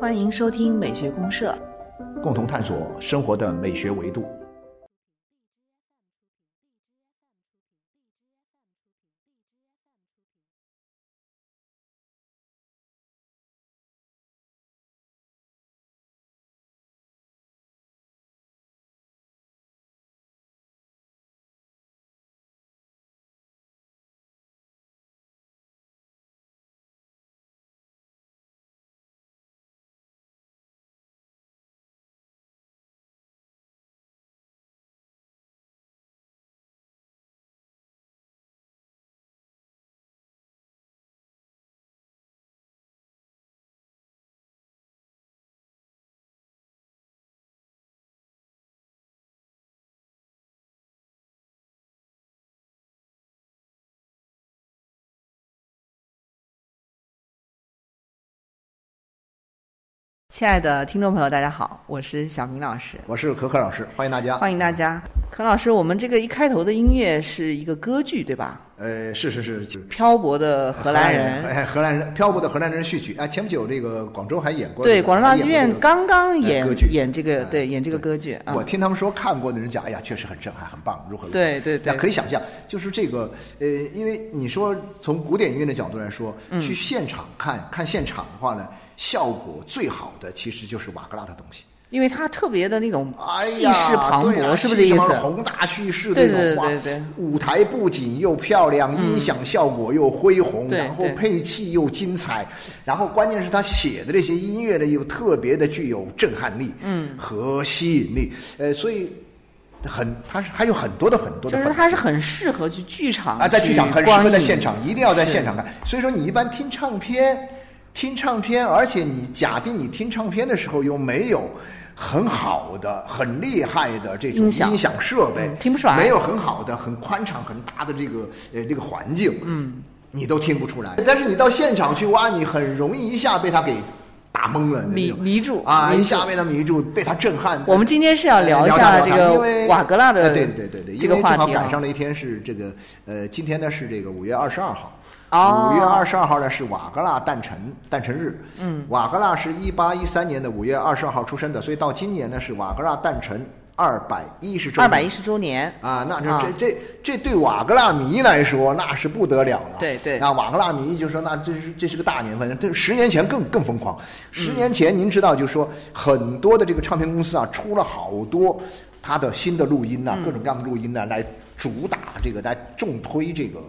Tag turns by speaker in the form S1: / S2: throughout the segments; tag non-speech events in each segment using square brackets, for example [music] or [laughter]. S1: 欢迎收听美学公社，
S2: 共同探索生活的美学维度。
S1: 亲爱的听众朋友，大家好，我是小明老师，
S2: 我是可可老师，欢迎大家。
S1: 欢迎大家。康老师，我们这个一开头的音乐是一个歌剧，对吧？
S2: 呃，是是是，就
S1: 漂泊的荷兰人，
S2: 哎，荷兰人漂泊的荷兰人序曲。哎，前不久这个广州还演过这
S1: 对，
S2: 个，
S1: 广州大
S2: 还演
S1: 剧
S2: 过这
S1: 院
S2: 个
S1: 刚刚演
S2: 呃歌剧
S1: 演这个，
S2: 哎
S1: 对，演这个歌剧啊
S2: 我，听他们说看过的人讲，哎呀，确实很震撼，很棒，如何如何。
S1: 对对对
S2: 那可以想象，就是这个呃，因为你说从古典音乐的角度来说，
S1: 嗯
S2: 去现场看看现场的话呢，效果最好的其实就是瓦格纳的东西。
S1: 因为他特别的那种
S2: 哎
S1: 气
S2: 呀，
S1: 势磅
S2: 对
S1: 礴，
S2: 啊
S1: 是不是这意
S2: 气势磅礴
S1: 思？
S2: 宏大叙事
S1: 对
S2: 的那
S1: 对
S2: 种话，
S1: 对对对
S2: 舞台布景又漂亮，音响效果又恢宏，
S1: 对
S2: 然后
S1: 对
S2: 配器又精彩，然后关键是他写的这些音乐呢又特别的具有震撼力，嗯，和吸引力，呃，所以很，他是还有很多的很多的
S1: 就
S2: 粉
S1: 是
S2: 丝，
S1: 他是很适合去剧场
S2: 啊，在剧场很适
S1: 观
S2: 合在
S1: 影
S2: 现场，一定要在
S1: 是
S2: 现场看。所以说，你一般听唱片，听唱片，而且你假定你听唱片的时候又没有很好的、很厉害的这种
S1: 音响
S2: 音响设备，
S1: 嗯听不出来
S2: 没有很好的、很宽敞、很大的这个呃这个环境，嗯，你都听不出来。但是你到现场去哇，你很容易一下被他给打懵了，那
S1: 迷
S2: 种
S1: 迷住
S2: 啊，
S1: 迷
S2: 一
S1: 住
S2: 下被他迷住，被他震撼。
S1: 我们今天是
S2: 呃
S1: 要聊一下
S2: 大
S1: 这
S2: 瓦
S1: 个
S2: 因为
S1: 瓦格纳的
S2: 哎对对对对，
S1: 这个
S2: 因为
S1: 话
S2: 正好
S1: 题啊
S2: 赶上了一天是这个呃，今天呢是这个五月二十二号。
S1: 哦
S2: 五月二十二号呢是瓦格纳诞辰诞辰日，嗯，瓦格纳是一八一三年的五月二十二号出生的，所以到今年呢是瓦格纳诞辰二百一十周
S1: 二
S2: 年，
S1: 百一十周年
S2: 啊，那
S1: 啊
S2: 这这这这对瓦格纳迷来说那是不得了了。
S1: 对对
S2: 啊，瓦格纳迷就说那这是这是个大年份，这十年前更更疯狂。
S1: 嗯
S2: 十年前您知道，就说很多的这个唱片公司啊，出了好多他的新的录音呐、
S1: 嗯
S2: 各种各样的录音呐、来主打这个，来重推这个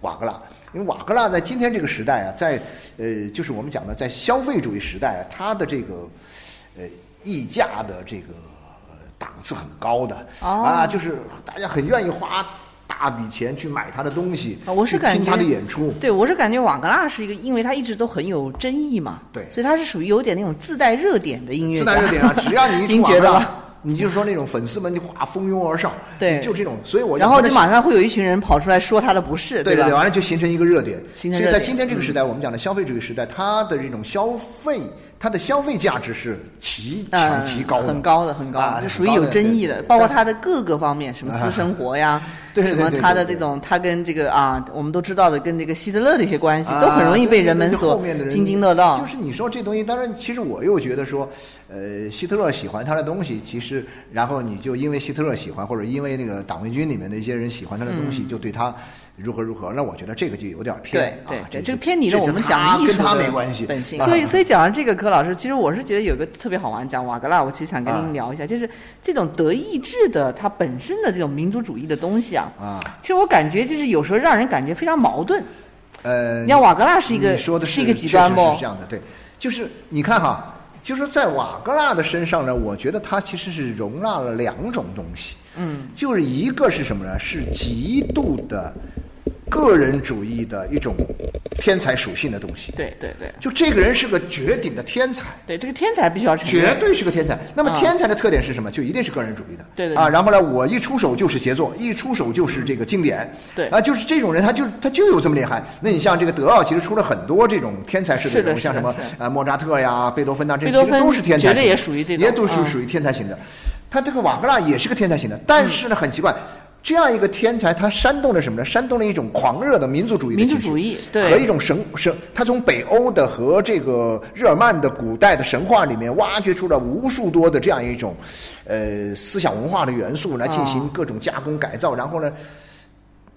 S2: 瓦格纳。因为瓦格纳在今天这个时代啊，在呃，就是我们讲的在消费主义时代、啊，它的这个呃溢价的这个呃档次很高的、
S1: 哦
S2: 啊，就是大家很愿意花大笔钱去买他的东西，
S1: 啊，我是
S2: 去
S1: 感
S2: 听
S1: 觉
S2: 他的演出。
S1: 对我是感觉瓦格纳是一个，因为他一直都很有争议嘛，
S2: 对
S1: 所以他是属于有点那种自带热点的音乐
S2: 自
S1: 家，
S2: 带热点啊，只要你一出
S1: [laughs] 您
S2: 瓦
S1: 觉
S2: 格
S1: 得
S2: 纳
S1: 吧？
S2: 你就说那种粉丝们就哗蜂拥而上，
S1: 对
S2: 就这种，所以我
S1: 然后
S2: 就
S1: 就马上会有一群人跑出来说他的不是，
S2: 对
S1: 吧？
S2: 对，完了就形成一个热点。
S1: 形成
S2: 所以
S1: 热
S2: 在
S1: 点嗯
S2: 今天这个时代，我们讲的消费主义时代，它的这种消费，它的消费价值是极强
S1: 嗯，
S2: 极啊高的，
S1: 很高的，很高
S2: 啊
S1: 的，属于有争议的，包括他的各个方面，什么私生活呀，
S2: [laughs] 对对
S1: 什
S2: 对
S1: 么
S2: 对
S1: 他的这
S2: 对
S1: 种，他跟这个啊，我们都知道的，跟这个希特勒的一些关系，
S2: 啊
S1: 都很容易被人们
S2: 对对对
S1: 所
S2: 后面的人
S1: 津津乐道
S2: 就。是你说这东西，当然，其实我又觉得说，呃，希特勒喜欢他的东西，其实然后你就因为希特勒喜欢，或者因为那个党卫军里面的一些人喜欢他的东西，就对他如何如何。那我觉得这个就有点
S1: 嗯
S2: 偏
S1: 对，
S2: 啊
S1: 对对，
S2: 这
S1: 这个偏离了我们讲艺
S2: 这
S1: 术
S2: 跟他
S1: 的
S2: 没关系，
S1: 本性。
S2: 啊
S1: 所以，所以讲到这个，柯老师，其实我是觉得有个特别好玩，讲瓦格纳，我其实想跟
S2: 啊
S1: 您聊一下，就是这种德意志的它本身的这种民族主义的东西啊，
S2: 啊，
S1: 其实我感觉就是有时候让人感觉非常矛盾。
S2: 呃，
S1: 你看瓦格纳是一个
S2: 你说的
S1: 一个极
S2: 确
S1: 端
S2: 实
S1: 不
S2: 是这？样的，对，就是你看哈，就是在瓦格纳的身上呢，我觉得他其实是容纳了两种东西，
S1: 嗯，
S2: 就是一个是什么呢？是极度的个人主义的一种天才属性的东西，
S1: 对对对。
S2: 就这个人是个绝顶的天才。
S1: 对，这个天才必须要承
S2: 绝
S1: 认。
S2: 对是个天才。那么
S1: 啊
S2: 天才的特点是什么？就一定是个人主义的。
S1: 对对对
S2: 啊，然后呢，我一出手就是杰作，一出手就是这个经典。
S1: 对
S2: 啊，就是这种人，他就他就有这么厉害。那你像这个德奥，其实出了很多这种天才式
S1: 是的
S2: 人物，
S1: 是
S2: 像
S1: 的
S2: 什么
S1: 是
S2: 啊莫扎特呀、贝多芬呐，这
S1: 贝多
S2: 其
S1: 芬
S2: 实都是天才型
S1: 绝
S2: 的，
S1: 对也属于这种
S2: 也都是
S1: 嗯
S2: 属于天才型的。他这个瓦格纳也是个天才型的，但是呢，很奇怪，这样一个天才，他煽动了什么呢？煽动了一种狂热的民族主义的
S1: 民族
S2: 情绪
S1: 主义对
S2: 和一种神神，他从北欧的和这个日耳曼的古代的神话里面挖掘出了无数多的这样一种，呃，思想文化的元素来进行
S1: 哦
S2: 各种加工改造，然后呢，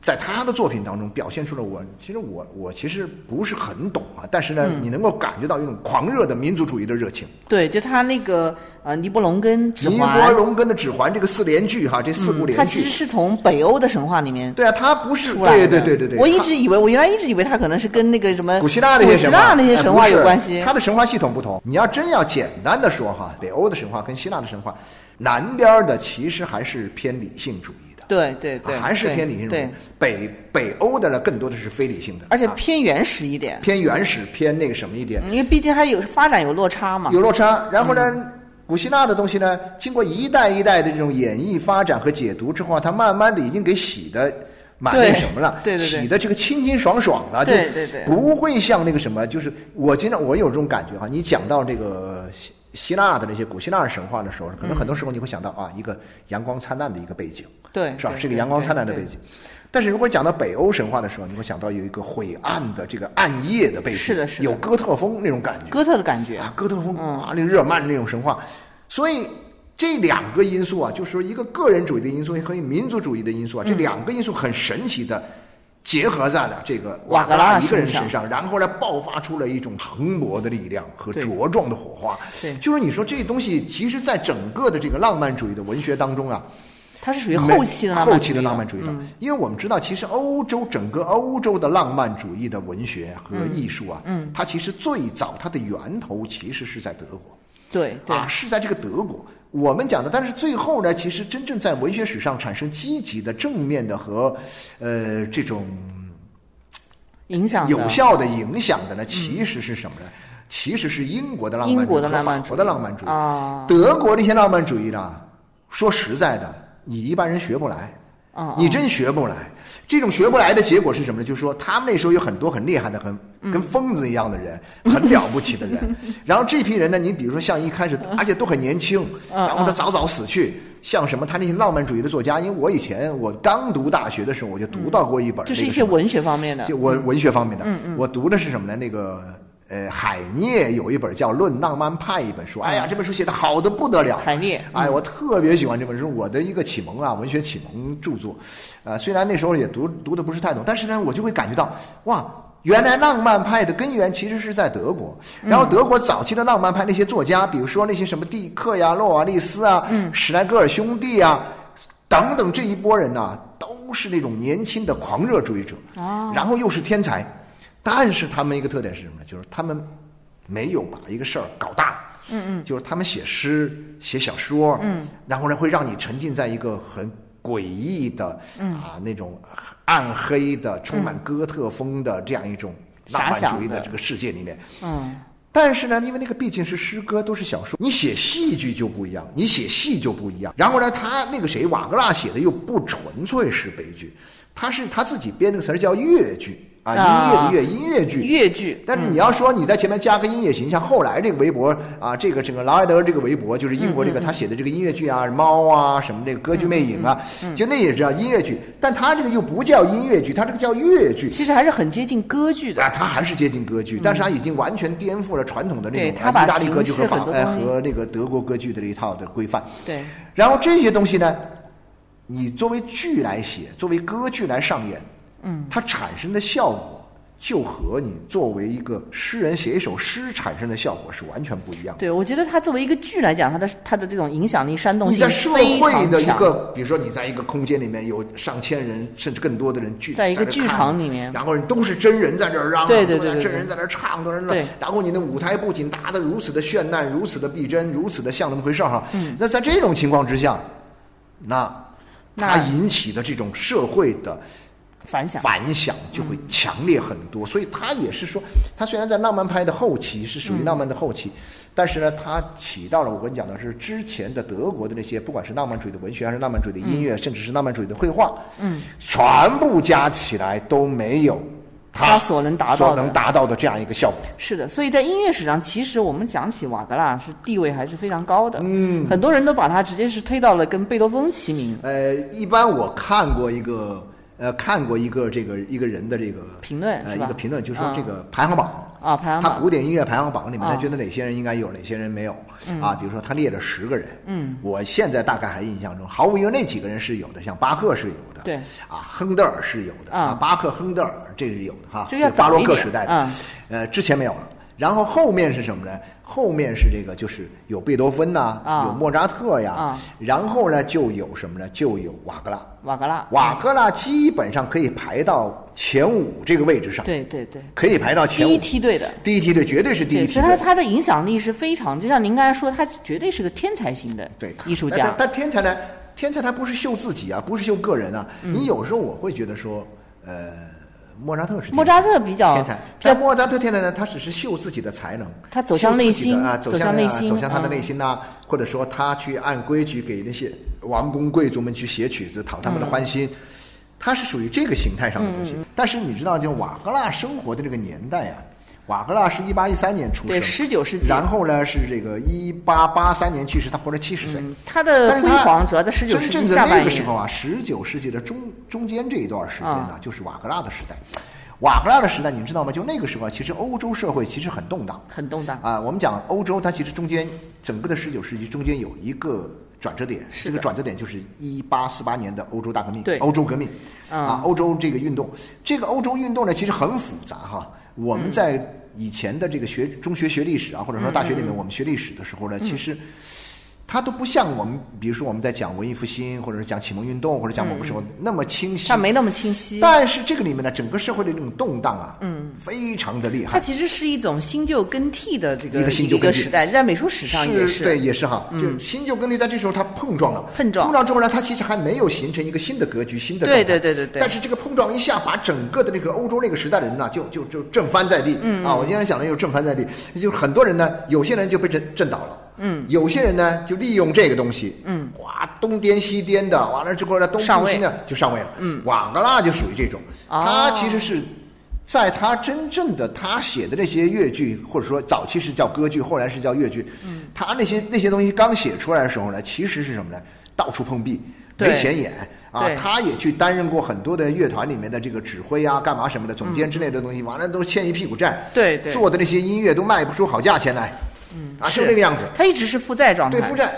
S2: 在他的作品当中表现出了我，其实我我其实不是很懂啊，但是呢，
S1: 嗯
S2: 你能够感觉到一种狂热的民族主义的热情。
S1: 对，就他那个呃尼伯龙跟指
S2: 尼
S1: 环
S2: 伯，龙跟的指环这个四连句哈，这四部
S1: 他
S2: 连
S1: 其
S2: 句
S1: 实，是从北欧的神话里面
S2: 对啊，他不是
S1: 出来
S2: 对
S1: 的。
S2: 对对对对，
S1: 我一
S2: 他
S1: 直以为，我原来一直以为他可能是跟那个什么
S2: 古希腊那些神话，
S1: 呃古希腊那些神
S2: 哎
S1: 话
S2: 不是
S1: 有关系。
S2: 它的神话系统不同。你要真要简单的说哈，北欧的神话跟希腊的神话，南边儿的其实还是偏理性主义的，啊
S1: 对对对，
S2: 还是
S1: 对
S2: 偏理性主义
S1: 对，。
S2: 北北欧的呢，更多的是非理性的，
S1: 而且
S2: 啊
S1: 偏原始一点，
S2: 偏原始、偏那个什么一点，
S1: 因为毕竟它有发展有落差嘛。
S2: 有落差。然后呢，
S1: 嗯
S2: 古希腊的东西呢，经过一代一代的这种演绎、发展和解读之后啊，它慢慢的已经给洗的。蛮那
S1: 对
S2: 什么了，
S1: 对对对
S2: 洗的这个清清爽爽的，就
S1: 对对对
S2: 不会像那个什么，就是我经常我有这种感觉哈、你讲到这个希希腊的那些古希腊神话的时候，可能很多时候你会想到啊，一个阳光灿烂的一个背景，
S1: 对
S2: 是吧？
S1: 对
S2: 是个
S1: 对
S2: 阳光灿烂的
S1: 对
S2: 背景。但是如果讲到北欧神话的时候，你会想到有一个晦暗的这个暗夜的背景，
S1: 是的是的
S2: 有哥特风那种感觉。
S1: 哥特的感觉，
S2: 啊，哥特风啊，那个日耳曼那种神话，所以这两个因素啊，就是说一个个人主义的因素和民族主义的因素啊，这
S1: 嗯
S2: 两个因素很神奇的结合在了这个
S1: 瓦
S2: 格
S1: 格
S2: 纳
S1: 纳
S2: 一个人
S1: 身上
S2: 身上，然后呢，爆发出了一种磅礴的力量和
S1: 对
S2: 茁壮的火花。
S1: 对
S2: 就是你说这东西，其实在整个的这个浪漫主义的文学当中啊，
S1: 它是属于后期的嗯浪漫主义
S2: 后期的浪漫主义的，因为我们知道，其实欧洲整个欧洲的浪漫主义的文学和艺术啊，嗯，它其实最早它的源头其实是在德国
S1: 对对
S2: 啊，是在这个德国。我们讲的，但是最后呢，其实真正在文学史上产生积极的、正面的和呃这种
S1: 影响的
S2: 有效的影响的呢，其实是什么呢？其实是英国的浪漫
S1: 嗯
S2: 主义
S1: 英国的
S2: 和
S1: 浪漫
S2: 法
S1: 主
S2: 国
S1: 义
S2: 的浪漫主义。
S1: 啊
S2: 德国那些浪漫主义呢，说实在的，你一般人学不来。
S1: 啊，
S2: 你真学不来。这种学不来的结果是什么呢？就是说，他们那时候有很多很厉害的、
S1: 嗯
S2: 很跟疯子一样的人，很了不起
S1: [laughs]
S2: 的人。然后这批人呢，你比如说像一开始，而且都很年轻，
S1: 嗯
S2: 然后他早早死去。像什么他那些浪漫主义的作家，因为我以前我刚读大学的时候，我就读到过一本那个
S1: 嗯这
S2: 什么，
S1: 是一些文学方面的嗯
S2: 就我文学方面的，我读的是什么呢？那个呃，海涅有一本叫《论浪漫派》一本书，哎呀，这本书写的好的不得了。
S1: 嗯海涅嗯
S2: 哎，我特别喜欢这本书，我的一个启蒙啊，文学启蒙著作。呃，虽然那时候也读读的不是太懂，但是呢，我就会感觉到哇。原来浪漫派的根源其实是在德国，
S1: 嗯
S2: 然后德国早期的浪漫派那些作家，比如说那些什么蒂克呀、洛瓦利斯啊、
S1: 嗯
S2: 史莱格尔兄弟啊，等等这一波人呐、都是那种年轻的狂热主义者，然后又是天才，但是他们一个特点是什么呢？就是他们没有把一个事儿搞大，嗯嗯，就是他们写诗、写小说，嗯，然后呢会让你沉浸在一个很诡异的、啊那种暗黑的、充满哥特风的这样一种浪漫
S1: 遐想
S2: 主嗯义的
S1: 的
S2: 这个世界里面，
S1: 嗯
S2: 但是呢，因为那个毕竟是诗歌，都是小说，你写戏剧就不一样，你写戏就不一样。然后呢，他那个谁瓦格纳写的又不纯粹是悲剧，他是他自己编这个词儿叫乐剧啊，音乐的
S1: 啊
S2: 乐，音乐剧。
S1: 越剧，
S2: 但是你要说你在前面加个音乐形象，后来这个韦伯啊，这个整个劳埃德这个韦伯，就是英国这个他写的这个音乐剧啊，猫啊什么这个歌剧魅影啊，就那也是叫音乐剧，但他这个又不叫音乐剧，他这个叫乐剧。
S1: 其实还是很接近歌剧的
S2: 啊，。他还是接近歌剧，但是他已经完全颠覆了传统的
S1: 嗯
S2: 那
S1: 对
S2: 种
S1: 他
S2: 啊
S1: 把
S2: 意大利
S1: 形
S2: 歌剧
S1: 式
S2: 和法
S1: 很多
S2: 呃
S1: 东西
S2: 和那个德国歌剧的这一套的规范。
S1: 对，
S2: 然后这些东西呢，你作为剧来写，作为歌剧来上演，嗯，它产生的效果就和你作为一个诗人写一首诗产生的效果是完全不一样的。
S1: 对，我觉得它作为一个剧来讲，它的它的这种影响力、煽动
S2: 你
S1: 性
S2: 在社
S1: 非
S2: 会
S1: 常
S2: 的一
S1: 强。
S2: 个，比如说你在一个空间里面有上千人甚至更多的人聚，
S1: 在一个
S2: 这
S1: 剧
S2: 看
S1: 场里面
S2: 然后都是真人在这儿嚷啊，
S1: 对对
S2: 都
S1: 对
S2: 在
S1: 对
S2: 真
S1: 对
S2: 人在这儿唱，多人了
S1: 对，
S2: 然后你的舞台布景搭的如此的绚烂，如此的逼真，如此的像那么回事儿哈。
S1: 嗯
S2: 那在这种情况之下，那它
S1: 那
S2: 引起的这种社会的
S1: 反响，
S2: 反响就会强烈很多。所以他也是说，他虽然在浪漫派的后期是属于浪漫的后期，但是呢，他起到了我跟你讲的是之前的德国的那些，不管是浪漫主义的文学，还是浪漫主义的音乐，甚至是浪漫主义的绘画，嗯，全部加起来都没有
S1: 它所能达到
S2: 所
S1: 的
S2: 能达到的这样一个效果。
S1: 是的，所以在音乐史上，其实我们讲起瓦格纳是地位还是非常高的。嗯，很多人都把他直接是推到了跟贝多芬齐名。
S2: 呃，一般我看过一个呃看过一个这个一个人的这个
S1: 评论
S2: 呃
S1: 是
S2: 一
S1: 吧
S2: 个评论，就是说
S1: 嗯
S2: 这个排行榜。
S1: 啊，排行
S2: 他
S1: 榜
S2: 古典音乐排行榜里面，他
S1: 嗯
S2: 觉得哪些人应该有，哪些人没有啊？比如说，他列了十个人，嗯，我现在大概还印象中，毫无疑问那几个人是有的，像巴赫是有的，
S1: 对，
S2: 啊，亨德尔是有的
S1: 啊
S2: 巴赫、亨德尔这是有的哈，
S1: 这要
S2: 巴
S1: 早
S2: 洛
S1: 一
S2: 克
S1: 点
S2: 时代的
S1: 嗯，
S2: 呃，之前没有了。然后后面是什么呢？后面是这个，就是有贝多芬呐，
S1: 啊
S2: 有莫扎特呀
S1: 啊，
S2: 然后呢就有什么呢？就有瓦格纳。
S1: 瓦格纳，
S2: 瓦格纳基本上可以排到前五这个位置上，
S1: 对对对，
S2: 可以排到前
S1: 第
S2: 五
S1: 一。梯队的。
S2: 第一梯队绝对是第一
S1: 对，
S2: 梯
S1: 所以他
S2: 队。
S1: 他的影响力是非常，就像您刚才说，他绝对是个天才型的
S2: 对，
S1: 艺术
S2: 但
S1: 家。
S2: 但天才呢？天才他不是秀自己啊，不是秀个人啊。
S1: 嗯
S2: 你有时候我会觉得说，呃，莫扎特是
S1: 莫扎特比较
S2: 天才，
S1: 比
S2: 但
S1: 较
S2: 莫扎特天才呢，他只是秀自己的才能，
S1: 他走向内心
S2: 秀自己的啊，
S1: 走
S2: 走向
S1: 向内
S2: 啊
S1: 心
S2: 走向他
S1: 嗯
S2: 的内心呐、或者说他去按规矩给那些王公贵族们去写曲子，讨他们的欢心。
S1: 嗯
S2: 他是属于这个形态上的东西，但是你知道，就瓦格纳生活的这个年代啊，瓦格纳是一八一三年出生，
S1: 对19世纪
S2: 然后呢是这个一八八三年去世，他活了七十岁。
S1: 嗯，他
S2: 但
S1: 的
S2: 是
S1: 辉
S2: 他
S1: 煌主要在十九世
S2: 真
S1: 纪
S2: 正的
S1: 下
S2: 那
S1: 半
S2: 个时
S1: 叶
S2: 候。啊，十九世纪的中中间这一段时间呢、
S1: 啊
S2: 就是瓦格纳的时代。瓦格纳的时代，你知道吗？就那个时候啊，其实欧洲社会其实很动荡
S1: 很动荡，
S2: 啊。我们讲欧洲，它其实中间整个的十九世纪中间有一个转折点，
S1: 是
S2: 这
S1: 的
S2: 个转折点就是一八四八年的欧洲大革命，
S1: 对
S2: 欧洲革命
S1: 嗯
S2: 啊，欧洲这个运动，这个欧洲运动呢，其实很复杂哈。我
S1: 嗯
S2: 们在以前的这个学中学学历史啊，或者说大学里
S1: 嗯
S2: 面我们学历史的时候呢，其实。它都不像我们，比如说我们在讲文艺复兴，或者是讲启蒙运动，或者讲某个时候那么清晰。
S1: 嗯它没那么清晰。
S2: 但是这个里面呢，整个社会的那种动荡啊，嗯，非常的厉
S1: 它
S2: 害。
S1: 其实是一种新旧更替的这个
S2: 一个新旧
S1: 一个
S2: 更替
S1: 时代，在美术史上也是。嗯
S2: 对，也是哈，就新旧更替在这时候它碰撞了，
S1: 碰撞
S2: 碰撞之后呢，它其实还没有形成一个新的格局，新的
S1: 对
S2: 状态
S1: 对对对对
S2: 但是这个碰撞一下，把整个的那个欧洲那个时代的人呐，就就就震翻在地。嗯啊，我经常讲的就是震翻在地，就是很多人呢，有些人就被震震倒了。嗯，有些人呢就利用这个东西，嗯，哇，东颠西颠的，完了之后呢，东
S1: 上
S2: 扑
S1: 位
S2: 西的就上位了。嗯，瓦格纳就属于这种，
S1: 哦
S2: 他其实是在他真正的他写的那些越剧，或者说早期是叫歌剧，后来是叫越剧，
S1: 嗯
S2: 他那些那些东西刚写出来的时候呢，其实是什么呢？到处碰壁，
S1: 对
S2: 没钱演啊
S1: 对，
S2: 他也去担任过很多的乐团里面的这个指挥啊、干嘛什么的，总监之类的东西，完了都欠一屁股债，
S1: 嗯对对
S2: 做的那些音乐都卖不出好价钱来，啊，
S1: 是
S2: 就那个样子，
S1: 它一直是负债状态。嗯
S2: 对负债。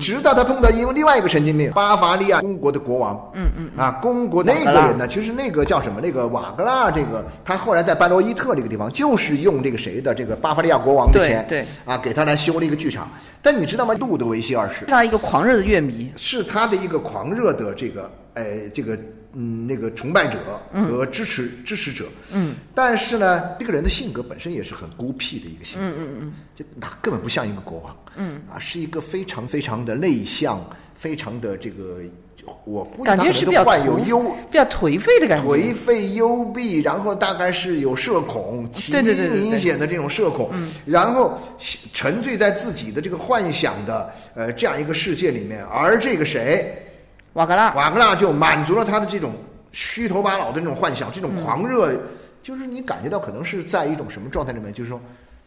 S2: 直到他碰到因为另外一个神经病，巴伐利亚公国的国王，嗯嗯，啊，公国那个人呢，其实那个叫什么？那个瓦格纳，这个他后来在班罗伊特这个地方，就是用这个谁的这个巴伐利亚国王的
S1: 对
S2: 钱，
S1: 对，
S2: 啊，给他来修了一个剧场。但你知道吗？路德维希二世
S1: 是他一个狂热的乐迷。
S2: 是他的一个狂热的这个，呃，这个嗯那个崇拜者
S1: 嗯
S2: 和支持、支持者，嗯，但是呢，这个人的性格本身也是很孤僻的一个性格，嗯嗯嗯，就他根本不像一个国王，嗯啊，是一个非常非常的内向，非常的这个，我估计他
S1: 感
S2: 可
S1: 觉是
S2: 能
S1: 比较
S2: 都患有
S1: 颓
S2: 忧
S1: 比较颓废的感觉。
S2: 颓废幽闭，然后大概是有社恐，极
S1: 对对对对对嗯
S2: 明显的这种社恐，然后沉醉在自己的这个幻想的呃这样一个世界里面，而这个谁，
S1: 瓦格
S2: [laughs]
S1: 纳，
S2: 瓦格纳就满足了他的这种虚头巴脑的这种幻想，这种狂热，就是你感觉到可能是在一种什么状态里面，就是说，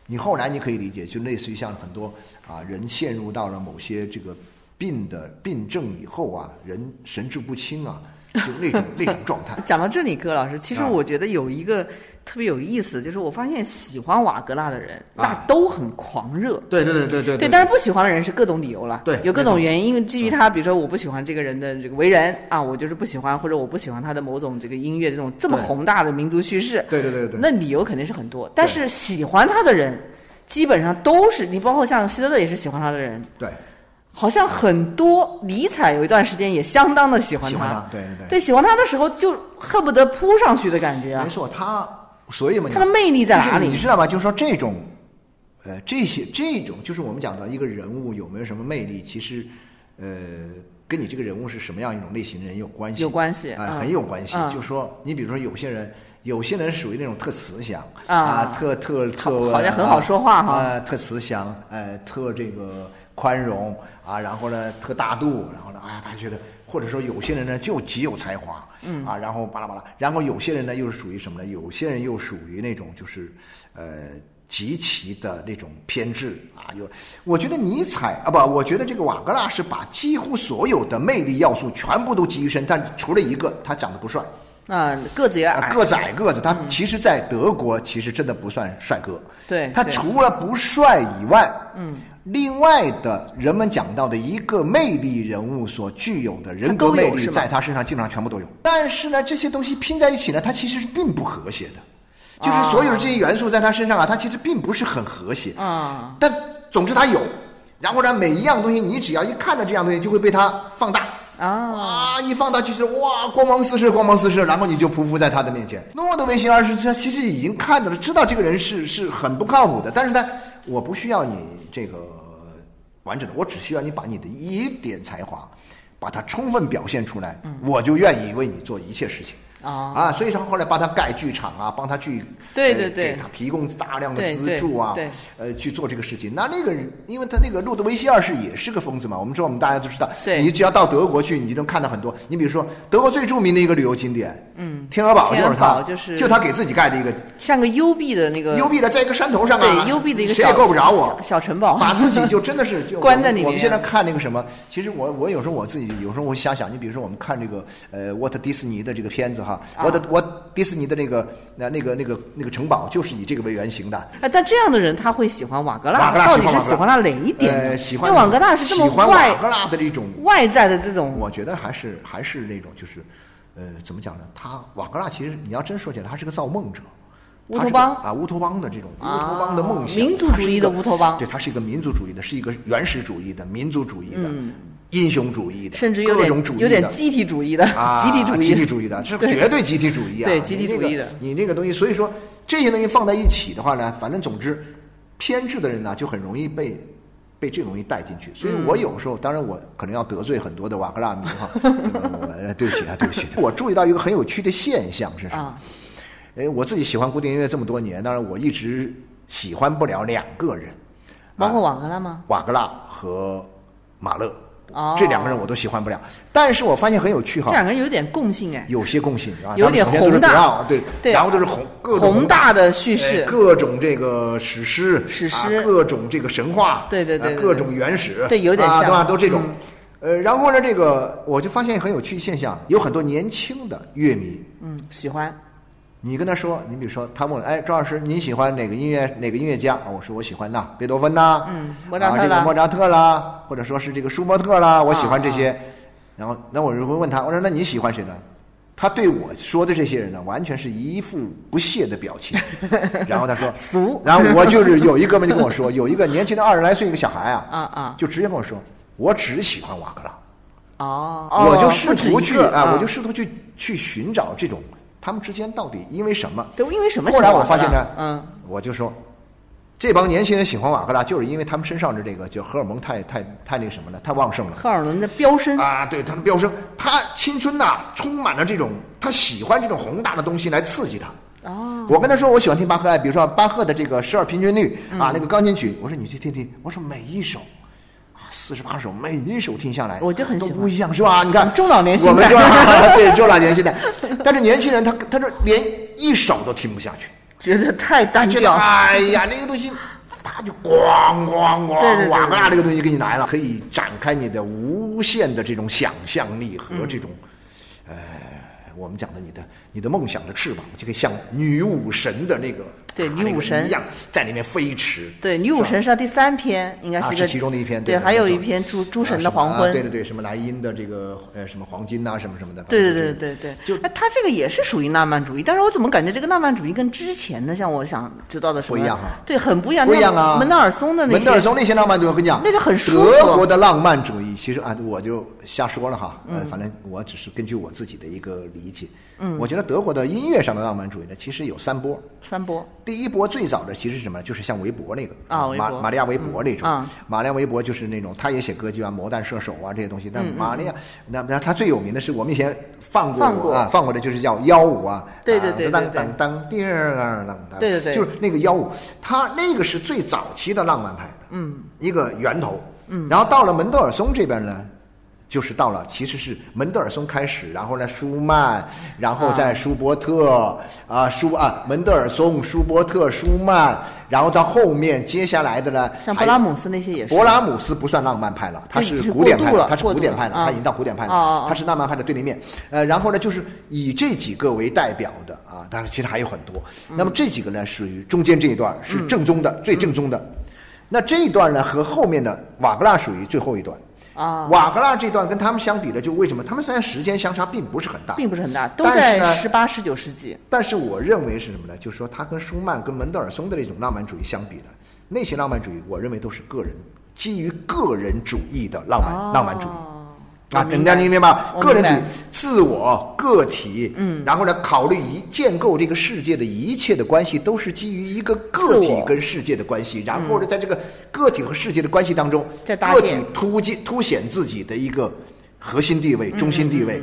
S2: 你后来你可以理解，就类似于像很多啊人陷入到了某些这个病的病症以后啊，人神志不清啊，就那种那种状态。
S1: 讲到这里，葛老师，其实
S2: 啊
S1: 我觉得有一个特别有意思，就是我发现喜欢瓦格纳的人，
S2: 啊
S1: 那都很狂热。
S2: [laughs] 对对对对对
S1: 对，但是不喜欢的人是各种理由了，
S2: 对
S1: 有各
S2: 没
S1: 种
S2: 错
S1: 原因，基于他，比如说我不喜欢这个人的这个为人啊，我就是不喜欢，或者我不喜欢他的某种这个音乐这种这么
S2: 对
S1: 宏大的民族叙事，
S2: 对对对对
S1: 那理由肯定是很多，但是喜欢他的人基本上都是你，包括像希特勒也是喜欢他的人，
S2: 对，
S1: 好像很多尼采有一段时间也相当的喜欢
S2: 喜
S1: 他，
S2: 欢他，对对
S1: 对，喜欢他的时候就恨不得扑上去的感觉啊
S2: 没！错，他所以嘛，
S1: 他的魅力在哪
S2: 就是你
S1: 里？
S2: 知道吗？就是说这种，呃，这些这种，就是我们讲到一个人物有没有什么魅力，其实，呃，跟你这个人物是什么样一种类型的人有关系，
S1: 有关系
S2: 啊、
S1: 嗯
S2: 很有关系。
S1: 嗯
S2: 就是说，你比如说有些人。有些人属于那种特慈祥
S1: 啊
S2: 特特特
S1: 好好像很好说话哈
S2: 呃，啊特慈祥，哎啊呃，特这个宽容啊，然后呢，特大度，然后呢，哎呀，他觉得或者说有些人呢就极有才华，嗯啊，然后巴拉巴拉，然后有些人呢又是属于什么呢？有些人又属于那种就是呃极其的那种偏执啊。有，我觉得尼采啊不，我觉得这个瓦格纳是把几乎所有的魅力要素全部都集于身，但除了一个，他长得不帅。
S1: 那个子也
S2: 啊
S1: 矮，
S2: 个子矮个子，
S1: 嗯
S2: 他其实，在德国其实真的不算帅哥。
S1: 对
S2: 他
S1: 对
S2: 除了不帅以外，嗯，另外的人们讲到的一个魅力人物所具有的人格
S1: 他都有
S2: 魅力，
S1: 是吗
S2: 在他身上基本上全部都有。但是呢，这些东西拼在一起呢，它其实是并不和谐的，就是所有的这些元素在他身上啊，它其实并不是很和谐。
S1: 啊，
S2: 但总之他有，然后呢，每一样东西你只要一看到这样东西，就会被它放大。
S1: 啊
S2: 哇！一放大就是哇，光芒四射，光芒四射，然后你就匍匐在他的面前。诺德维辛二世他其实已经看到了，知道这个人是是很不靠谱的，但是呢，我不需要你这个完整的，我只需要你把你的一点才华，把它充分表现出来，我就愿意为你做一切事情。
S1: 啊
S2: 啊，所以说后来帮他盖剧场啊，帮他去
S1: 对
S2: 呃
S1: 对对
S2: 给他提供大量的
S1: 对
S2: 资
S1: 对
S2: 助啊，
S1: 对
S2: 呃，去做这个事情。那那个人，因为他那个路德维希二世也是个疯子嘛，我们知道，我们大家都知道，
S1: 对
S2: 你只要到德国去，你就能看到很多。你比如说，德国最著名的一个旅游景点，嗯，天鹅堡就
S1: 天鹅
S2: 是他，
S1: 堡就是
S2: 就他给自己盖的一个
S1: 像个幽闭的那个
S2: 幽闭的，在一个山头上啊，
S1: 对幽闭的一个
S2: 谁也
S1: 小
S2: 够不着我
S1: 小，小城堡，
S2: 把自己就真的是就
S1: [laughs] 关在里面
S2: 我们现在看那个什么，其实我我有时候我自己有时候我瞎想，你比如说我们看这个呃沃特迪士尼的这个片子哈，
S1: 啊
S2: 沃特沃迪士尼的那个那那个那个那个城堡就是以这个为原型的。
S1: 哎，但这样的人他会喜欢瓦格纳，
S2: 瓦格纳
S1: 到
S2: 喜
S1: 底
S2: 欢
S1: 是
S2: 瓦格
S1: 喜欢他哪一点呢？
S2: 呃，喜欢
S1: 因为瓦格纳是这么
S2: 喜欢
S1: 外
S2: 瓦格纳的这种，
S1: 外在的这种
S2: 我觉得还是还是那种就是，呃，怎么讲呢？他瓦格纳其实你要真说起来，他是个造梦者。
S1: 乌托邦
S2: 他是个啊，乌托邦的这种乌
S1: 啊
S2: 托邦的梦想，
S1: 民族主义的乌托邦
S2: 它是一个对，它是一个民族主义的，是一个原始主义的、民族主义的、英雄主义
S1: 嗯
S2: 的，
S1: 甚至有
S2: 各种主
S1: 点
S2: 义的，
S1: 有点集体主义的 [laughs]
S2: 啊，
S1: 集体主义
S2: 集
S1: 的
S2: 体主义的，这是绝对集体主义啊！
S1: 对
S2: 你
S1: 集体
S2: 那
S1: 主
S2: 个
S1: 义的
S2: 你那个东西，所以说这些东西放在一起的话呢，反正总之，偏执的人呢就很容易被。被这种东西带进去，所以
S1: 嗯
S2: 我有时候，当然我可能要得罪很多的瓦格纳迷哈， [laughs] 这个我对不起啊，对不起。我注意到一个很有趣的现象是什么？
S1: 啊
S2: 哎，我自己喜欢古典音乐这么多年，当然我一直喜欢不了两个人，啊
S1: 包括瓦格纳吗？
S2: 瓦格纳和马勒，
S1: 哦
S2: 这两个人我都喜欢不了。但是我发现很有趣
S1: 这
S2: 哈，
S1: 两个人有点共性哎，
S2: 有些共性啊，
S1: 有点
S2: 他们首先都是
S1: 宏大
S2: 德奥对，
S1: 对
S2: 然后都是宏各种
S1: 宏大的叙事
S2: 哎各种这个史诗，
S1: 史
S2: 啊
S1: 诗
S2: 各种这个神话，
S1: 对对对
S2: 啊
S1: 对对
S2: 各种原始，
S1: 对有点
S2: 啊，
S1: 像嗯
S2: 对吧？都这种。呃，然后呢，这个我就发现很有趣现象，有很多年轻的乐迷，
S1: 嗯，喜欢
S2: 你跟他说，你比如说，他问，哎，周老师，您喜欢哪个音乐哪个音乐家？啊我说我喜欢呐，贝多芬呐，
S1: 嗯莫扎特
S2: 啊这个
S1: 啦
S2: 莫扎特啦，或者说是这个舒伯特啦，我喜欢
S1: 啊
S2: 这些。然后，那我就会问他，我说那你喜欢谁呢？他对我说的这些人呢，完全是一副不屑的表
S1: [laughs]
S2: 情。然后他说
S1: 俗
S2: 然后我就是有一哥们就跟我说，有一个年轻的二十来岁一个小孩啊，
S1: 啊啊
S2: 就直接跟我说，我只喜欢瓦格纳。
S1: 哦，
S2: 我就
S1: 哦
S2: 试
S1: 不止一
S2: 图去
S1: 个
S2: 啊，我就
S1: 嗯
S2: 试图去去寻找这种他们之间到底因为什么。
S1: 对，因为什么喜
S2: 后
S1: 欢
S2: 来
S1: 瓦格纳？
S2: 我发现呢，
S1: 嗯，，
S2: 我就说，这帮年轻人喜欢瓦格纳，就是因为他们身上的这个就荷尔蒙太太太那个什么了，太旺盛了。
S1: 荷尔蒙的飙升，
S2: 啊，对他们飙升，他青春呐、充满了这种，他喜欢这种宏大的东西来刺激他。
S1: 哦，
S2: 我跟他说我喜欢听巴赫爱，比如说巴赫的这个十二平均律
S1: 嗯
S2: 啊，那个钢琴曲，我说你去听听，我说每一首。啊四十八首，每一首听下来，
S1: 我就很
S2: 都
S1: 喜欢
S2: 不一样，是吧？你看
S1: 中老年心
S2: 我们
S1: 态
S2: 中老 [laughs] 对中老年
S1: [laughs]
S2: 现在，但是年轻人他他说连一首都听不下去，
S1: 嗯觉得太单
S2: 觉得
S1: 调，
S2: 哎呀，那个东西，他就咣咣
S1: 对对对
S2: 咣，
S1: 对
S2: 瓦格纳这个东西给你来了，可以展开你的无限的这种想象力
S1: 嗯
S2: 和这种，呃，我们讲的你的你的梦想的翅膀，就可以像女武神的那个
S1: 对
S2: 啊
S1: 女武神
S2: 那个一样，在里面飞驰。
S1: 对，女武神是他第三篇，应该一
S2: 啊，
S1: 个
S2: 是其中的一篇，
S1: 对，
S2: 对，
S1: 还有
S2: 没
S1: 一
S2: 错
S1: 篇诸诸
S2: 啊
S1: 神
S2: 什
S1: 的
S2: 么
S1: 黄
S2: 啊
S1: 昏，
S2: 对对对，什么莱茵的这个呃什么黄金呐，什么什么的，
S1: 对对
S2: 反
S1: 对
S2: 啊正就是
S1: 对对，
S2: 就
S1: 哎，他这个也是属于浪漫主义，但是我怎么感觉这个浪漫主义跟之前的像我想知道的什么
S2: 不一样哈
S1: 对，很不一样，
S2: 不一样啊！
S1: 那门德尔松的那些
S2: 门德尔松那些浪漫主义，我跟你讲，
S1: 那就很舒服
S2: 德国的浪漫主义，其实啊，我就瞎说了哈，
S1: 嗯
S2: 呃，反正我只是根据我自己的一个理解。嗯，我觉得德国的音乐上的浪漫主义呢，其实有三波。
S1: 三波
S2: 第一波最早的其实是什么？就是像韦伯那个
S1: 啊韦
S2: 马
S1: 伯
S2: 玛利亚韦伯那种，
S1: 嗯啊
S2: 玛利亚韦伯就是那种，他也写歌剧啊，《魔弹射手啊》这些东西。但玛利亚，那那他最有名的是我们以前放过
S1: 放过
S2: 啊，放过的就是叫幺舞啊，
S1: 对对对对
S2: 当
S1: 对
S2: 当当叮儿当当当，
S1: 对对对
S2: 就是那个幺舞，他那个是最早期的浪漫派的，嗯，一个源头，嗯，然后到了门德尔松这边呢，就是到了，其实是门德尔松开始，然后呢，舒曼，然后
S1: 啊
S2: 再舒伯特啊，舒啊，门德尔松、舒伯特、舒曼，然后到后面接下来的呢，
S1: 像勃拉姆斯那些也是。
S2: 哎勃拉姆斯不算浪漫派了，他
S1: 这已
S2: 是
S1: 经
S2: 古典
S1: 过
S2: 派
S1: 渡
S2: 了，
S1: 了
S2: 他是
S1: 过
S2: 古
S1: 渡
S2: 典
S1: 了
S2: 派了，
S1: 啊
S2: 他已经到古典派
S1: 哦哦
S2: 了
S1: 哦，
S2: 他是浪漫派的对立面。呃，然后呢，就是以这几个为代表的啊，当然其实还有很多。
S1: 嗯
S2: 那么这几个呢，属于中间这一段是正宗的，最正宗的。那这一段呢，和后面的瓦格纳属于最后一段。
S1: 啊，
S2: 瓦格纳这段跟他们相比呢，就为什么他们虽然时间相差并不是很大，
S1: 并不是很大，都
S2: 但是
S1: 在
S2: 呢
S1: 十八、十九世纪。
S2: 但是我认为是什么呢？就是说他跟舒曼、跟门德尔松的那种浪漫主义相比呢，那些浪漫主义，我认为都是个人基于个人主义的浪漫、
S1: 哦
S2: 哎浪漫主义。
S1: 我
S2: 啊，
S1: 明
S2: 等家
S1: 白
S2: 您明白吧？
S1: 我
S2: 个人主
S1: 明
S2: 义
S1: 白、
S2: 自我、个体，嗯，然后呢，考虑一建构这个世界的一切的关系，都是基于一个个
S1: 自
S2: 体
S1: 我嗯
S2: 跟世界的关系，然后呢，在这个个体和世界的关系当中，
S1: 再搭
S2: 个体
S1: 建
S2: 突进凸显自己的一个核心地
S1: 嗯
S2: 位、中心地位。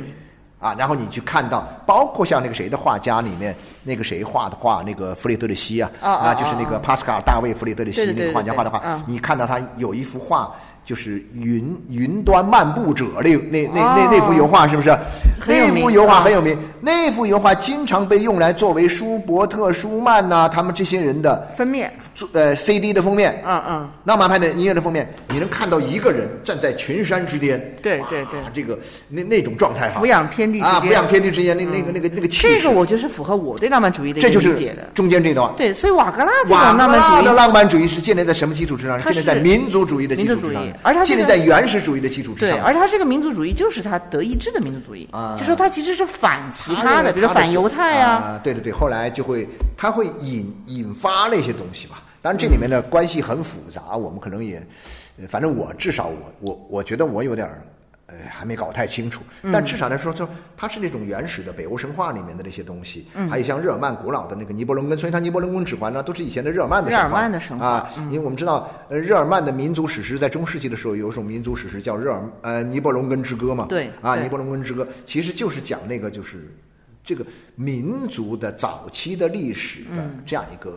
S2: 啊，然后你去看到，包括像那个谁的画家里面，那个谁画的画，那个弗里德里希啊，
S1: 哦哦
S2: 啊，就是
S1: 哦
S2: 那个帕斯卡尔大卫弗里德里希
S1: 对对
S2: 那个
S1: 对
S2: 画家
S1: 对
S2: 画的
S1: 对
S2: 画
S1: 嗯，
S2: 你看到他有一幅画，就是云云端漫步者那那那那那幅
S1: 哦
S2: 油画，是不是？
S1: 很有
S2: 那幅
S1: 名
S2: 油画
S1: 啊
S2: 很有名，那幅油画经常被用来作为舒伯特、舒曼呐、他们这些人的
S1: 封面，
S2: 作呃 CD 的封面，
S1: 嗯嗯，
S2: 浪漫派的音乐的封面，你能看到一个人站在群山之间，
S1: 对
S2: 哇
S1: 对对
S2: 这个那那种状态哈，
S1: 俯仰天地之
S2: 啊，俯
S1: 间
S2: 仰天地之间，那那个那个那个气势，
S1: 这个我觉得是符合我对浪漫主义的一
S2: 这就
S1: 个理
S2: 是
S1: 解的。
S2: 中间这段。
S1: 对，所以瓦格纳这种
S2: 瓦
S1: 浪
S2: 格纳
S1: 漫主
S2: 的
S1: 义，
S2: 浪漫主义是建立在什么基础之上？
S1: 它
S2: 建立在
S1: 是
S2: 民族主义的基
S1: 民
S2: 础
S1: 族
S2: 之
S1: 主义
S2: 上，
S1: 而它
S2: 建立
S1: 这个
S2: 在原始主义的基础之
S1: 对，
S2: 上。
S1: 而且他这个民族主义就是他德意志的民族主义，
S2: 啊
S1: 就说他其实是反其他
S2: 认为
S1: 的，比如说反犹太啊，
S2: 啊，对对对，后来就会他会引引发那些东西吧。当然这里面的关系很复杂，我们可能也，呃反正我至少我我我觉得我有点儿。呃，还没搞太清楚，
S1: 嗯
S2: 但至少来说，就它是那种原始的北欧神话里面的那些东西，
S1: 嗯
S2: 还有像日耳曼古老的那个尼伯龙根，所以它尼伯龙根指环啊呢，都是以前的日耳曼的
S1: 日
S2: 神话。
S1: 耳曼的神话
S2: 啊，因为我们知道，呃，日耳曼的民族史诗在中世纪的时候，有一种民族史诗叫日耳呃尼伯龙根之歌嘛，
S1: 对
S2: 啊，
S1: 对
S2: 尼伯龙根之歌其实就是讲那个就是这个民族的早期的历史的
S1: 嗯
S2: 这样一个、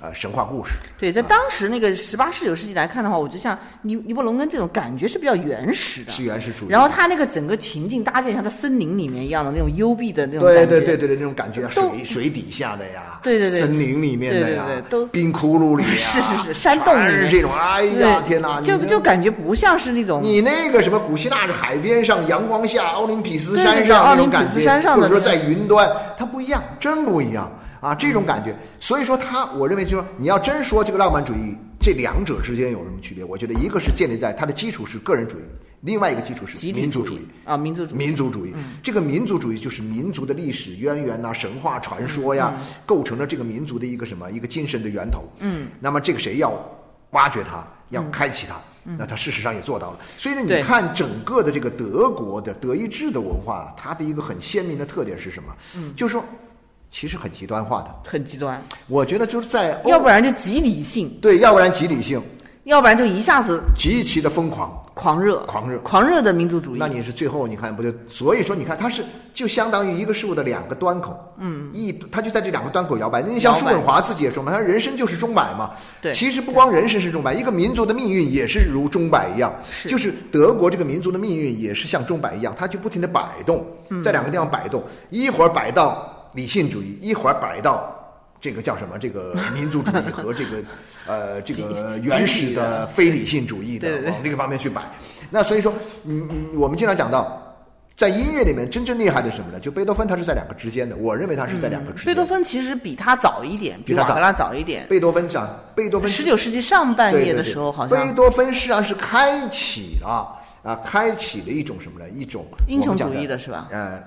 S2: 呃神话故事。
S1: 对，在当时那个十八、十九世纪来看的话，我就像尼尼伯龙根这种感觉是比较原始的，
S2: 是原始主义
S1: 然后他那个整个情境搭建像在森林里面一样的那种幽闭的那种
S2: 对
S1: 感觉
S2: 对对对对，那种感觉，啊
S1: 都
S2: 水水底下的呀，
S1: 对对对
S2: 森林里面的呀，
S1: 对对对都
S2: 冰窟窿里呀，
S1: [laughs] 是是是山洞里面
S2: 全是这种，哎呀
S1: 对
S2: 天哪，
S1: 就
S2: 你
S1: 就感觉不像是那种
S2: 你那个什么古希腊是海边上、阳光下、奥林匹斯
S1: 对
S2: 山
S1: 对对
S2: 上那
S1: 奥
S2: 种
S1: 林匹
S2: 感
S1: 斯
S2: 觉，
S1: 山上
S2: 或者
S1: 的
S2: 说
S1: 那
S2: 在云端，它不一样，真不一样啊！这种
S1: 嗯
S2: 感觉，所以说它，我认为就是说你要真说这个浪漫主义，这两者之间有什么区别？我觉得一个是建立在它的基础是个人主义，另外一个基础是
S1: 集体
S2: 民族主义
S1: 义。啊，民族主义。
S2: 民族主义，这个民族主义就是民族的历史渊源呐、神话传说呀，
S1: 嗯
S2: 构成了这个民族的一个什么一个精神的源头。嗯，那么这个谁要挖掘它，要开启它，那他事实上也做到了。所以呢，你
S1: 嗯对
S2: 看整个的这个德国的德意志的文化，它的一个很鲜明的特点是什么？嗯，就是说，其实很极端化的。
S1: 很极端，
S2: 我觉得就是在欧
S1: 要不然就极理性，
S2: 对，要不然极理性，
S1: 要不然就一下子
S2: 极其的疯狂。
S1: 狂热，
S2: 狂热
S1: 狂热的民族主义。
S2: 那你是最后你看不就？所以说你看它是就相当于一个事物的两个端口，嗯，一它就在这两个端口摇摆。你像
S1: 摇
S2: 叔
S1: 摆
S2: 本华自己也说嘛，他说人生就是钟摆嘛。
S1: 对
S2: 其实不光人生是钟摆，一个民族的命运也是如钟摆一样，
S1: 是
S2: 就是德国这个民族的命运也是像钟摆一样，它就不停的摆动，在两个地方摆动，一会儿摆到理性主义，一会儿摆到。这个叫什么？这个民族主义和这个，呃，这个
S1: 集
S2: 原
S1: 集
S2: 始
S1: 体
S2: 的
S1: 的
S2: 非理性主义的
S1: 对对对
S2: 往这个方面去摆。那所以说，嗯嗯，我们经常讲到，在音乐里面真正厉害的是什么呢？就贝多芬他是在两个之间的，我认为他是在两个之间。
S1: 嗯贝多芬其实比他早一点，
S2: 比
S1: 比
S2: 他
S1: 瓦
S2: 早
S1: 格纳早一点。
S2: 贝多芬讲，贝多芬
S1: 十九世纪上半
S2: 对
S1: 叶
S2: 对
S1: 的
S2: 对
S1: 时候，好
S2: 贝
S1: 像
S2: 多芬实际上是开启了啊，开启了一种什么呢？一种
S1: 英雄主
S2: 我们
S1: 义
S2: 讲
S1: 的是吧？
S2: 呃，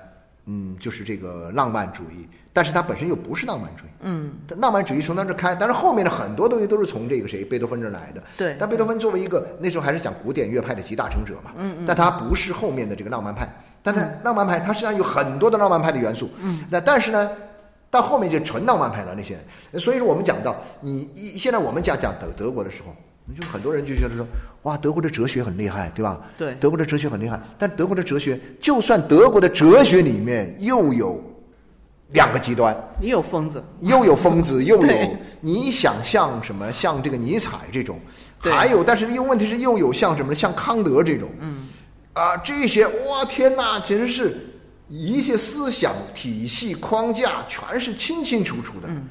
S2: 嗯，就是这个浪漫主义，但是它本身又不是浪漫主义。嗯，浪漫主义从它这开，但是后面的很多东西都是从这个谁贝多芬这儿来的。
S1: 对
S2: 但贝多芬作为一个那时候还是讲古典乐派的集大成者嘛，嗯嗯，但他不是后面的这个浪漫派，但他浪漫派它实际上有很多的浪漫派的元素。嗯，那但是呢？到后面就纯浪漫派了那些人，所以说我们讲到你一现在我们讲讲德德国的时候，就很多人就觉得说，哇，德国的哲学很厉害，对吧？
S1: 对
S2: 德国的哲学很厉害，但德国的哲学，就算德国的哲学里面又有两个极端，
S1: 也有疯子。
S2: [laughs] 又有疯子，又有
S1: 对
S2: 你想像什么，像这个尼采这种，
S1: 对
S2: 还有，但是又问题是又有像什么，像康德这种，嗯，啊，这些哇天哪，简直是一些思想体系框架全是清清楚楚的。
S1: 嗯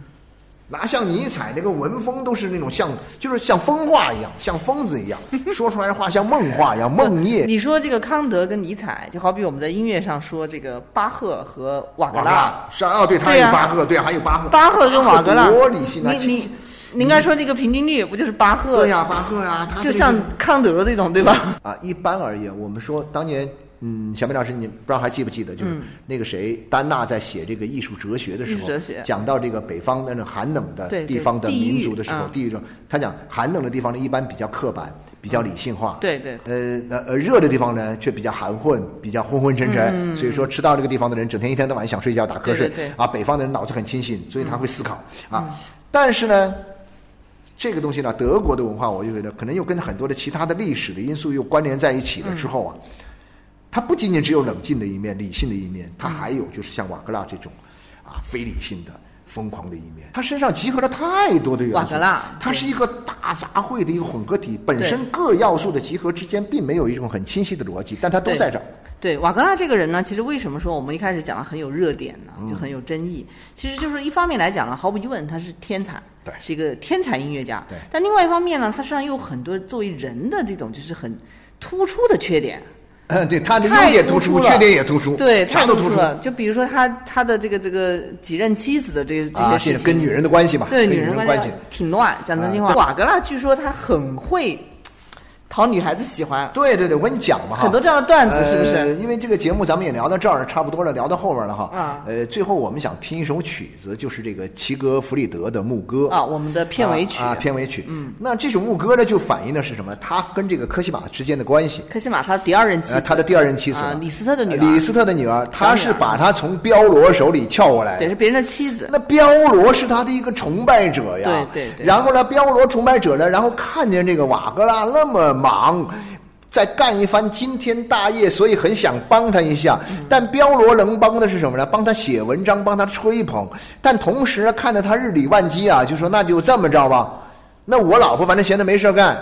S2: 哪像尼采那个文风都是那种像，就是像疯话一样，像疯子
S1: [laughs]
S2: 一样，说出来的话像梦话一样，梦魇。
S1: 你说这个康德跟尼采，就好比我们在音乐上说这个巴赫和瓦格
S2: 瓦
S1: 纳，
S2: 格纳是啊，哦对，他还
S1: 对
S2: 有
S1: 啊
S2: 巴赫，对，还有巴赫，
S1: 巴赫跟瓦格纳
S2: 多理，性啊，
S1: 你
S2: 亲
S1: 你你应该说这个平均律不就是巴赫？
S2: 对呀，巴赫呀，他
S1: 就
S2: 这个
S1: 像康德这种，对吧？
S2: 啊，一般而言，我们说当年，嗯，小梅老师，你不知道还记不记得，就是那个谁，丹娜在写这个艺术哲学的
S1: 嗯
S2: 时
S1: 艺
S2: 候
S1: 术哲学，
S2: 讲到这个北方那种寒冷的
S1: 对
S2: 地
S1: 对
S2: 方的
S1: 地域
S2: 民族的时候
S1: 嗯，
S2: 地域中，他讲寒冷的地方呢，一般比较刻板，比较理性化，
S1: 对对
S2: 呃，那呃热的地方呢，却比较含混，比较昏昏沉
S1: 嗯
S2: 沉，所以说吃到这个地方的人，整天一天到晚想睡觉打瞌
S1: 对
S2: 睡
S1: 对对，嗯
S2: 啊，北方的人脑子很清醒，所以他会思考啊，但是呢，这个东西呢，德国的文化，我就觉得可能又跟很多的其他的历史的因素又关联在一起
S1: 嗯
S2: 了之后啊，它不仅仅只有冷静的一面、理性的一面，它还有就是像瓦格纳这种啊非理性的、疯狂的一面。它身上集合了太多的元素，
S1: 瓦格纳
S2: 它
S1: 对
S2: 是一个大杂烩的一个混合体，本
S1: 对
S2: 身各要素的集合之间并没有一种很清晰的逻辑，但它都
S1: 对
S2: 在这儿。
S1: 对，瓦格纳这个人呢，其实为什么说我们一开始讲的很有热点呢？
S2: 嗯
S1: 就很有争议。其实就是一方面来讲呢，毫无疑问他是天才，
S2: 对
S1: 是一个天才音乐家。
S2: 对
S1: 但另外一方面呢，他身上又有很多作为人的这种就是很突出的缺点。
S2: 嗯， [laughs] 对，它的
S1: 太
S2: 优点
S1: 突
S2: 突
S1: 出了
S2: 缺点也突出，
S1: 对，
S2: 啥
S1: 太
S2: 都
S1: 突
S2: 出。
S1: 了。就比如说他他的这个这个几任妻子的这这
S2: 啊，
S1: 些
S2: 这
S1: 事情，
S2: 是跟女人的关系吧，
S1: 对
S2: 跟
S1: 女
S2: 女人
S1: 关
S2: 关系。嗯
S1: 挺乱。讲真心话，瓦格纳据说他很会讨女孩子喜欢，
S2: 对对对，我跟你讲吧哈，
S1: 很多这样的段子，是不
S2: 呃
S1: 是？
S2: 因为这个节目咱们也聊到这儿差不多了，聊到后面了哈。
S1: 啊
S2: 呃，最后我们想听一首曲子，就是这个齐格弗里德的牧歌
S1: 啊，我们的片尾曲
S2: 呃啊啊片尾曲。嗯，那这首牧歌呢，就反映的是什么？他跟这个科西玛之间的关系。
S1: 科西玛他第二任妻
S2: 呃，
S1: 子，
S2: 他的第二任妻子
S1: 啊
S2: 了
S1: 李斯特的女儿
S2: 李斯特的女儿，他
S1: 小
S2: 是
S1: 女儿
S2: 把她从彪罗手里撬过来的
S1: 对，。是别人的妻子。
S2: 那彪罗是他的一个崇拜者呀，
S1: 对对对
S2: 然后呢，彪罗崇拜者呢，然后看见这个瓦格纳那么忙。在干一番惊天大业，所以很想帮他一下。但彪罗能帮的是什么呢？帮他写文章，帮他吹捧。但同时呢，看着他日理万机啊，就说那就这么着吧。那我老婆反正闲着没事儿干，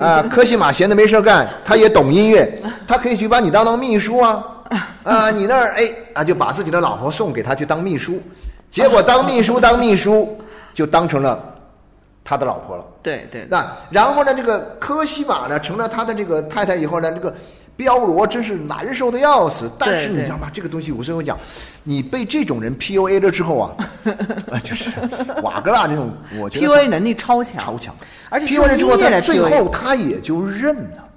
S2: 啊、科西玛闲着没事儿干，她也懂音乐，她可以去把你当当秘书啊，啊，你那儿哎啊，就把自己的老婆送给他去当秘书，结果当秘书当秘书就当成了他的老婆了。
S1: 对对，
S2: 那然后呢，这个科西玛呢成了他的这个太太以后呢，这个彪罗真是难受的要死。但是
S1: 对
S2: 你
S1: 对
S2: 知道吗？这个东西，我所以我讲，你被这种人 PUA 了之后啊，啊，就是瓦格纳这种，我觉得
S1: PUA 能力超强，啊
S2: 超强，
S1: 而且
S2: PUA 了之后，
S1: 用音乐
S2: 他
S1: 来
S2: 最
S1: PUA
S2: 后他也就认了。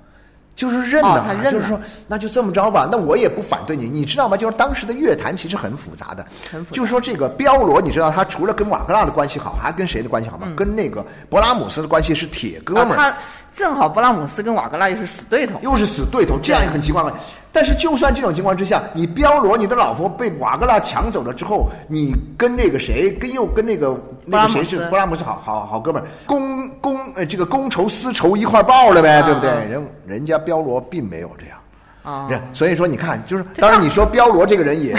S2: 就是认了啊
S1: 哦他认了
S2: 就是说，那就这么着吧。那我也不反对你，你知道吗？就是当时的乐坛其实很复杂的，
S1: 很复杂
S2: 就是说这个彪罗，你知道他除了跟瓦格纳的关系好，还跟谁的关系好吗？跟那个勃拉姆斯的关系是铁哥
S1: 啊，
S2: 们
S1: 嗯
S2: 儿、
S1: 他正好勃拉姆斯跟瓦格纳又是死对头，
S2: 又是死对头，这样也很奇怪嘛。但是就算这种情况之下，你彪罗你的老婆被瓦格纳抢走了之后，你跟那个谁，跟又跟那个那个谁是
S1: 布拉姆斯
S2: 布拉姆斯好好好哥们儿，公公呃这个公仇私仇一块儿报了呗，
S1: 啊
S2: 对不对？
S1: 啊
S2: 人人家彪罗并没有这样。
S1: 啊
S2: 人所以说你看，就是
S1: 这
S2: 当然你说彪罗这个人也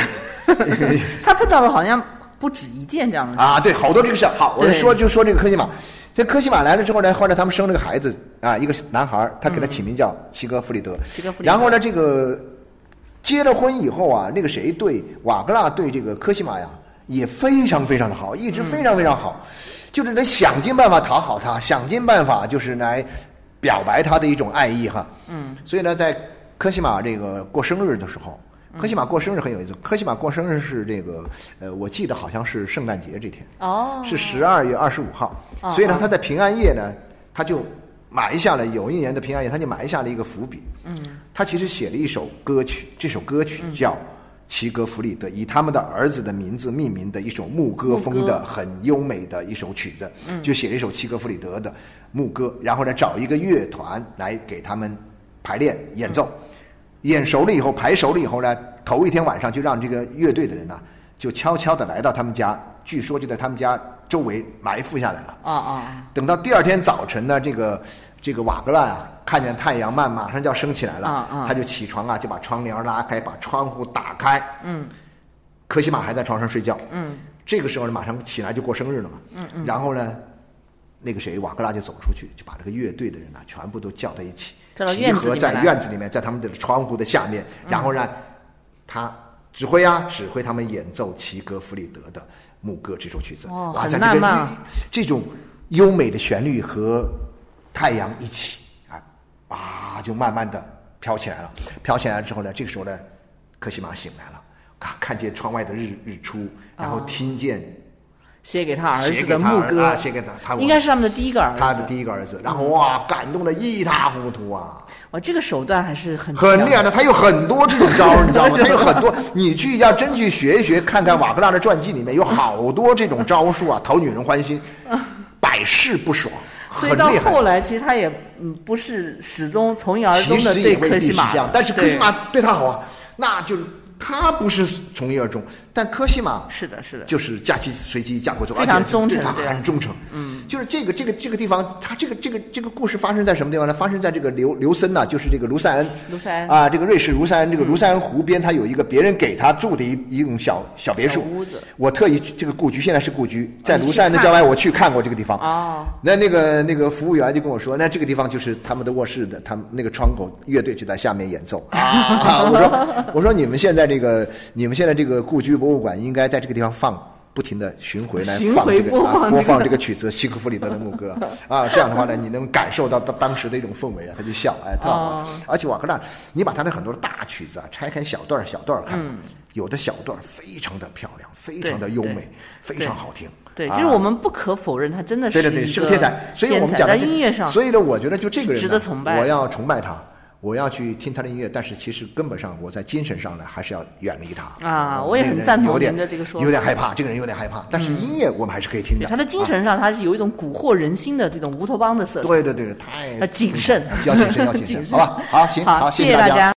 S1: 他碰到了好像不止一件这样的事。
S2: [laughs] 啊，对，好多这个事儿。好，我们
S1: 对
S2: 说就说这个科西玛，这科西玛来了之后呢，后来他们生了个孩子啊，一个男孩儿，他给他起名叫齐格弗里德。
S1: 齐格弗里德
S2: 然后呢，这个结了婚以后啊，那个谁对瓦格纳对这个科西玛呀也非常非常的好，一直非常非常
S1: 嗯
S2: 好，就是能想尽办法讨好他，想尽办法就是来表白他的一种爱意哈。嗯。所以呢，在科西玛这个过生日的时候。
S1: 嗯
S2: 科西玛过生日很有意思。科西玛过生日是这个，呃，我记得好像是圣诞节这天。
S1: 哦
S2: 是十二月二十五号，
S1: 哦
S2: 所以呢
S1: 哦，
S2: 他在平安夜呢，他就埋下了有一年的平安夜，他就埋下了一个伏笔。嗯，他其实写了一首歌曲，这首歌曲叫《齐格弗里德》，以他们的儿子的名字命名的一首牧歌嗯风
S1: 牧
S2: 的
S1: 歌
S2: 很优美的一首曲子，就写了一首齐格弗里德的牧歌，然后呢，找一个乐团来给他们排练演奏。演熟了以后，排熟了以后呢，头一天晚上就让这个乐队的人呐、就悄悄地来到他们家，据说就在他们家周围埋伏下来了。
S1: 啊啊，
S2: 等到第二天早晨呢，这个这个瓦格纳啊，看见太阳慢马上就要升起来了，
S1: 啊啊
S2: 他就起床啊，就把窗帘拉开，把窗户打开。嗯，科西玛还在床上睡觉。嗯，这个时候呢，马上起来就过生日了嘛。嗯啊嗯，然后呢，那个谁瓦格纳就走出去，就把这个乐队的人呢、全部都叫在一起，
S1: 照到
S2: 集
S1: 院子
S2: 合
S1: 里面
S2: 在
S1: 来。嗯
S2: 院子里面，在他们的窗户的下面，然后让他指挥啊，指挥他们演奏齐格弗里德的牧歌这首曲子。
S1: 哦
S2: 哇，
S1: 很
S2: 在
S1: 浪
S2: 这个
S1: 漫
S2: 这种优美的旋律和太阳一起啊，啊，就慢慢的飘起来了。飘起来之后呢，这个时候呢，科西玛醒来了，啊，看见窗外的日日出，然后
S1: 哦
S2: 听见
S1: 写给他儿
S2: 写
S1: 子
S2: 给
S1: 的
S2: 他
S1: 牧
S2: 儿
S1: 歌
S2: 啊，，写给他，他
S1: 应该是他们的第一个儿子。
S2: 他的第一个儿子，然后哇，感动的一塌糊涂啊。
S1: 哇，这个手段还是很
S2: 很厉
S1: 厉害
S2: 害的，他有很多这种招儿，你知
S1: [laughs]
S2: 道吗？
S1: 很多
S2: 他有
S1: 种
S2: 很多，你去要真去学一学，看看瓦格纳的传记里面有好多这种招数啊，讨女人欢心，百试不爽，
S1: 所
S2: 很
S1: 以到
S2: 厉害。
S1: 后来，其实他也嗯不是始终从一而
S2: 其
S1: 终的
S2: 实也
S1: 对
S2: 未
S1: 科
S2: 必
S1: 西
S2: 是
S1: 玛
S2: 这样
S1: 的，
S2: 但是科西
S1: 对
S2: 玛对他好啊，那就是他不是从一而终，但科西玛
S1: 是的，是的，
S2: 就是嫁鸡随鸡，嫁祸随狗，
S1: 非常
S2: 而且
S1: 忠诚
S2: 对他
S1: 对
S2: 很忠诚。嗯，就是这个这个这个地方，他这个这个这个故事发生在什么地方呢？发生在这个刘刘森呐、就是这个卢塞恩，
S1: 卢塞恩
S2: 啊，这个瑞士卢塞恩，这个卢塞恩湖边，他有一个别人给他住的一一种小小别墅
S1: 小屋子。哦
S2: 我特意去这个故居现在是故居，在
S1: 你
S2: 卢
S1: 去
S2: 塞恩的
S1: 看
S2: 郊外，我去看过这个地方。
S1: 哦，
S2: 那那个那个服务员就跟我说，那这个地方就是他们的卧室的，他们那个窗口乐队就在下面演奏啊。 [laughs] 我说我说你们现在这个你们现在这个故居博物馆应该在这个地方放。不停的巡回来
S1: 巡
S2: 放
S1: 回
S2: 这个
S1: 播
S2: 啊
S1: 放
S2: 播
S1: 这
S2: 放
S1: 个
S2: 这个曲子《希克弗里德的牧
S1: [laughs]
S2: 歌》啊，这样的话呢，你能感受到当当时的一种氛围啊，他就笑，哎，特好玩。
S1: 哦
S2: 而且瓦格纳，你把他的很多的大曲子啊拆开小段儿小段儿看，有的小段儿非常的漂亮，非常的
S1: 嗯对
S2: 优
S1: 对
S2: 美，非
S1: 对
S2: 常好听。
S1: 对，
S2: 啊
S1: 就是我们不可否认，他真的
S2: 对对
S1: 一
S2: 对，
S1: 个
S2: 是个天才。所以我们
S1: 天才
S2: 讲的
S1: 在音乐上，
S2: 所以呢，我觉得就这个人呢
S1: 值得崇拜
S2: 我要崇拜他，我要去听他的音乐，但是其实根本上我在精神上呢，还是要远离他
S1: 啊我也
S2: 那个
S1: 很
S2: 人
S1: 赞同
S2: 有点
S1: 您的这个说法嗯
S2: 有点害怕，这个人有点害怕，但是音乐我们还是可以听
S1: 对
S2: 的。
S1: 他的精神上，他是有一种蛊惑人心的这种乌托邦的色
S2: 啊，
S1: 彩。
S2: 对对对，太
S1: 要谨慎
S2: 要谨慎，要
S1: [laughs]
S2: 谨
S1: 谨
S2: 慎，
S1: 慎
S2: 好吧？好，行，
S1: 好
S2: 好，
S1: 谢
S2: 谢
S1: 谢大
S2: 家
S1: 家。